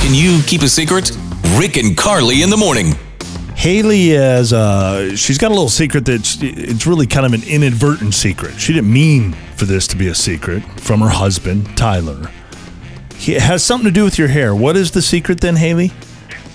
Can you keep a secret? Rick and Carly in the morning. Haley is uh, she's got a little secret that's it's really kind of an inadvertent secret. She didn't mean for this to be a secret from her husband Tyler. He- It has something to do with your hair. What is the secret then, Haley?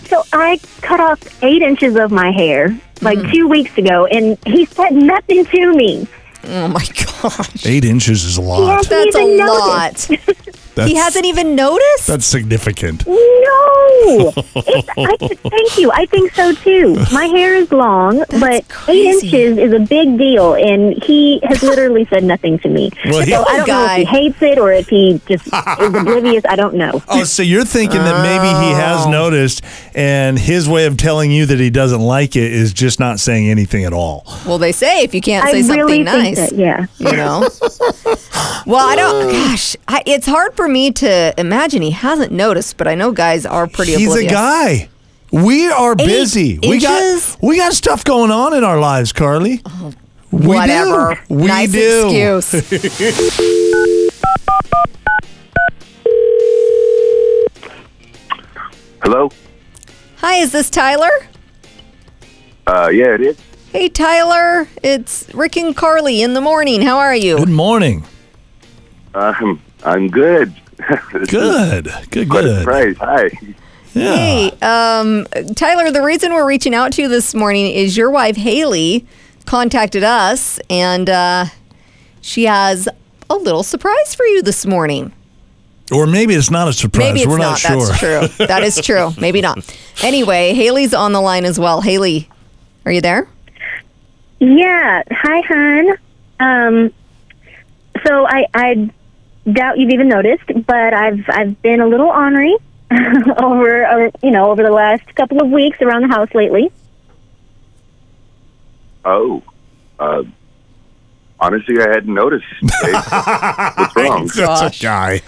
So I cut off eight inches of my hair like Mm-hmm. two weeks ago, and he said nothing to me. Oh my gosh. Eight inches is a lot. Yes. He That's a even lot. noticed. That's, he hasn't even noticed? That's significant. No, it's, I, thank you. I think so too. My hair is long, but eight crazy. inches is a big deal, and he has literally said nothing to me. Well, he- so Oh I don't know if Guy. he hates it or if he just is oblivious. I don't know. Oh, so you're thinking that maybe he has noticed, and his way of telling you that he doesn't like it is just not saying anything at all. well, they say if you can't I say really something think nice. that. Yeah. you know well i Uh. don't gosh I, it's hard for me to imagine he hasn't noticed but i know guys are pretty He's oblivious. a guy. We are busy. We inches? Oh, got we got stuff going on in our lives, Carly. we whatever do. We nice do. excuse Hello? hi is this tyler Uh, yeah, it is. hey tyler it's rick and carly in the morning how are you Good morning. Um, I'm good. This is Good. Good. quite a Good. surprise. Hi. Yeah. hey um, tyler the reason we're reaching out to you this morning is your wife haley contacted us and uh, she has a little surprise for you this morning Or maybe it's not a surprise. Maybe it's We're not. not, sure. That's true. That is true. Maybe not. Anyway, Haley's on the line as well. Haley, are you there? Yeah. Hi, hon. Um, so I, I doubt you've even noticed, but I've I've been a little ornery over uh, you know over the last couple of weeks around the house lately. Oh, uh, honestly, I hadn't noticed. Hey, What's wrong? That's a guy.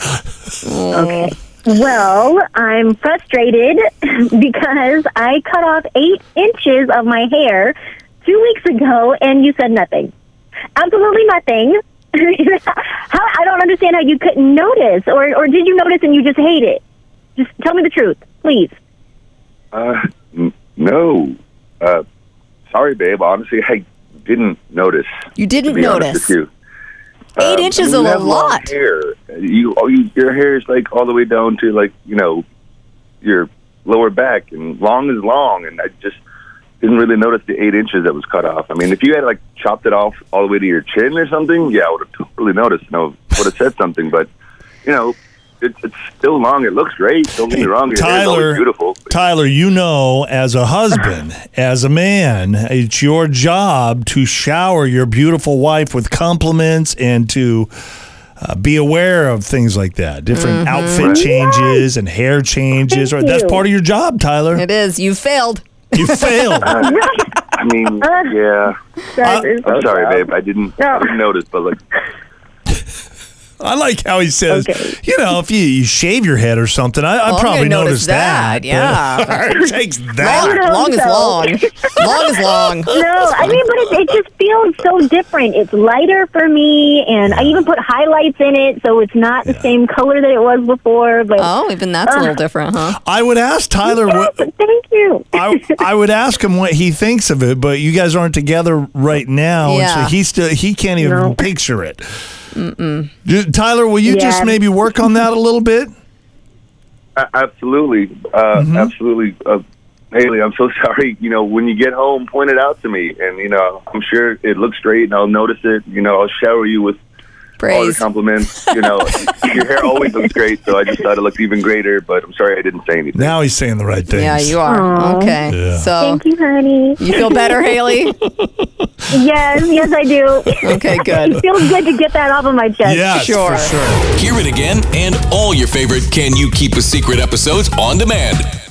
Well, I'm frustrated because I cut off eight inches of my hair two weeks ago, and you said nothing. Absolutely nothing. how, I don't understand how you couldn't notice, or, or did you notice and you just hate it? Just tell me the truth, please. Uh, n- no. Uh, sorry, babe. Honestly, I didn't notice. You To didn't be notice. honest with you. Eight inches I is mean, Um, you a have long lot. Hair. You, oh, you, your hair is like all the way down to like you know your lower back, and long is long. And I just didn't really notice the eight inches that was cut off. I mean, if you had like chopped it off all the way to your chin or something, yeah, I would have totally noticed. and I would have said something, but you know. It's, it's still long. It looks great. Don't get me wrong. Your hair is always Tyler, beautiful. but- Tyler, you know, as a husband, as a man, it's your job to shower your beautiful wife with compliments and to uh, be aware of things like that, different Mm-hmm. outfit changes and hair changes. Thank right? That's you. part of your job, Tyler. It is. You failed. You failed. I mean, yeah. That is- Uh, I'm sorry, babe. I didn't, I didn't notice, but like, I like how he says, Okay. you know, if you, you shave your head or something, I, I Oh, I'm probably gonna noticed notice that. that, yeah. but- it takes Long, that. long is so. long. Long is long. no, I mean, but it, it just feels so different. It's lighter for me, and I even put highlights in it, so it's not the same color that it was before. But Oh, even that's a little different, huh? I would ask Tyler Yes, what. thank you. I, I would ask him what he thinks of it, but you guys aren't together right now, and Yeah. so he still he can't even No. picture it. Ju- Tyler, will you just Yeah. maybe work on that a little bit? a- absolutely, uh, absolutely, uh, Haley. I'm so sorry. You know, when you get home, point it out to me, and you know, I'm sure it looks great, and I'll notice it. You know, I'll shower you with all your Praise. compliments. You know, your hair always looks great, so I just thought it looked even greater. But I'm sorry I didn't say anything. Now he's saying the right things. Yeah, you are. Aw. Okay. Yeah. So Thank you, honey. you feel better, Haley? Yes, yes, I do. Okay, good. It feels good to get that off of my chest. Yes, Sure. for sure. Hear it again and all your favorite Can You Keep a Secret episodes on demand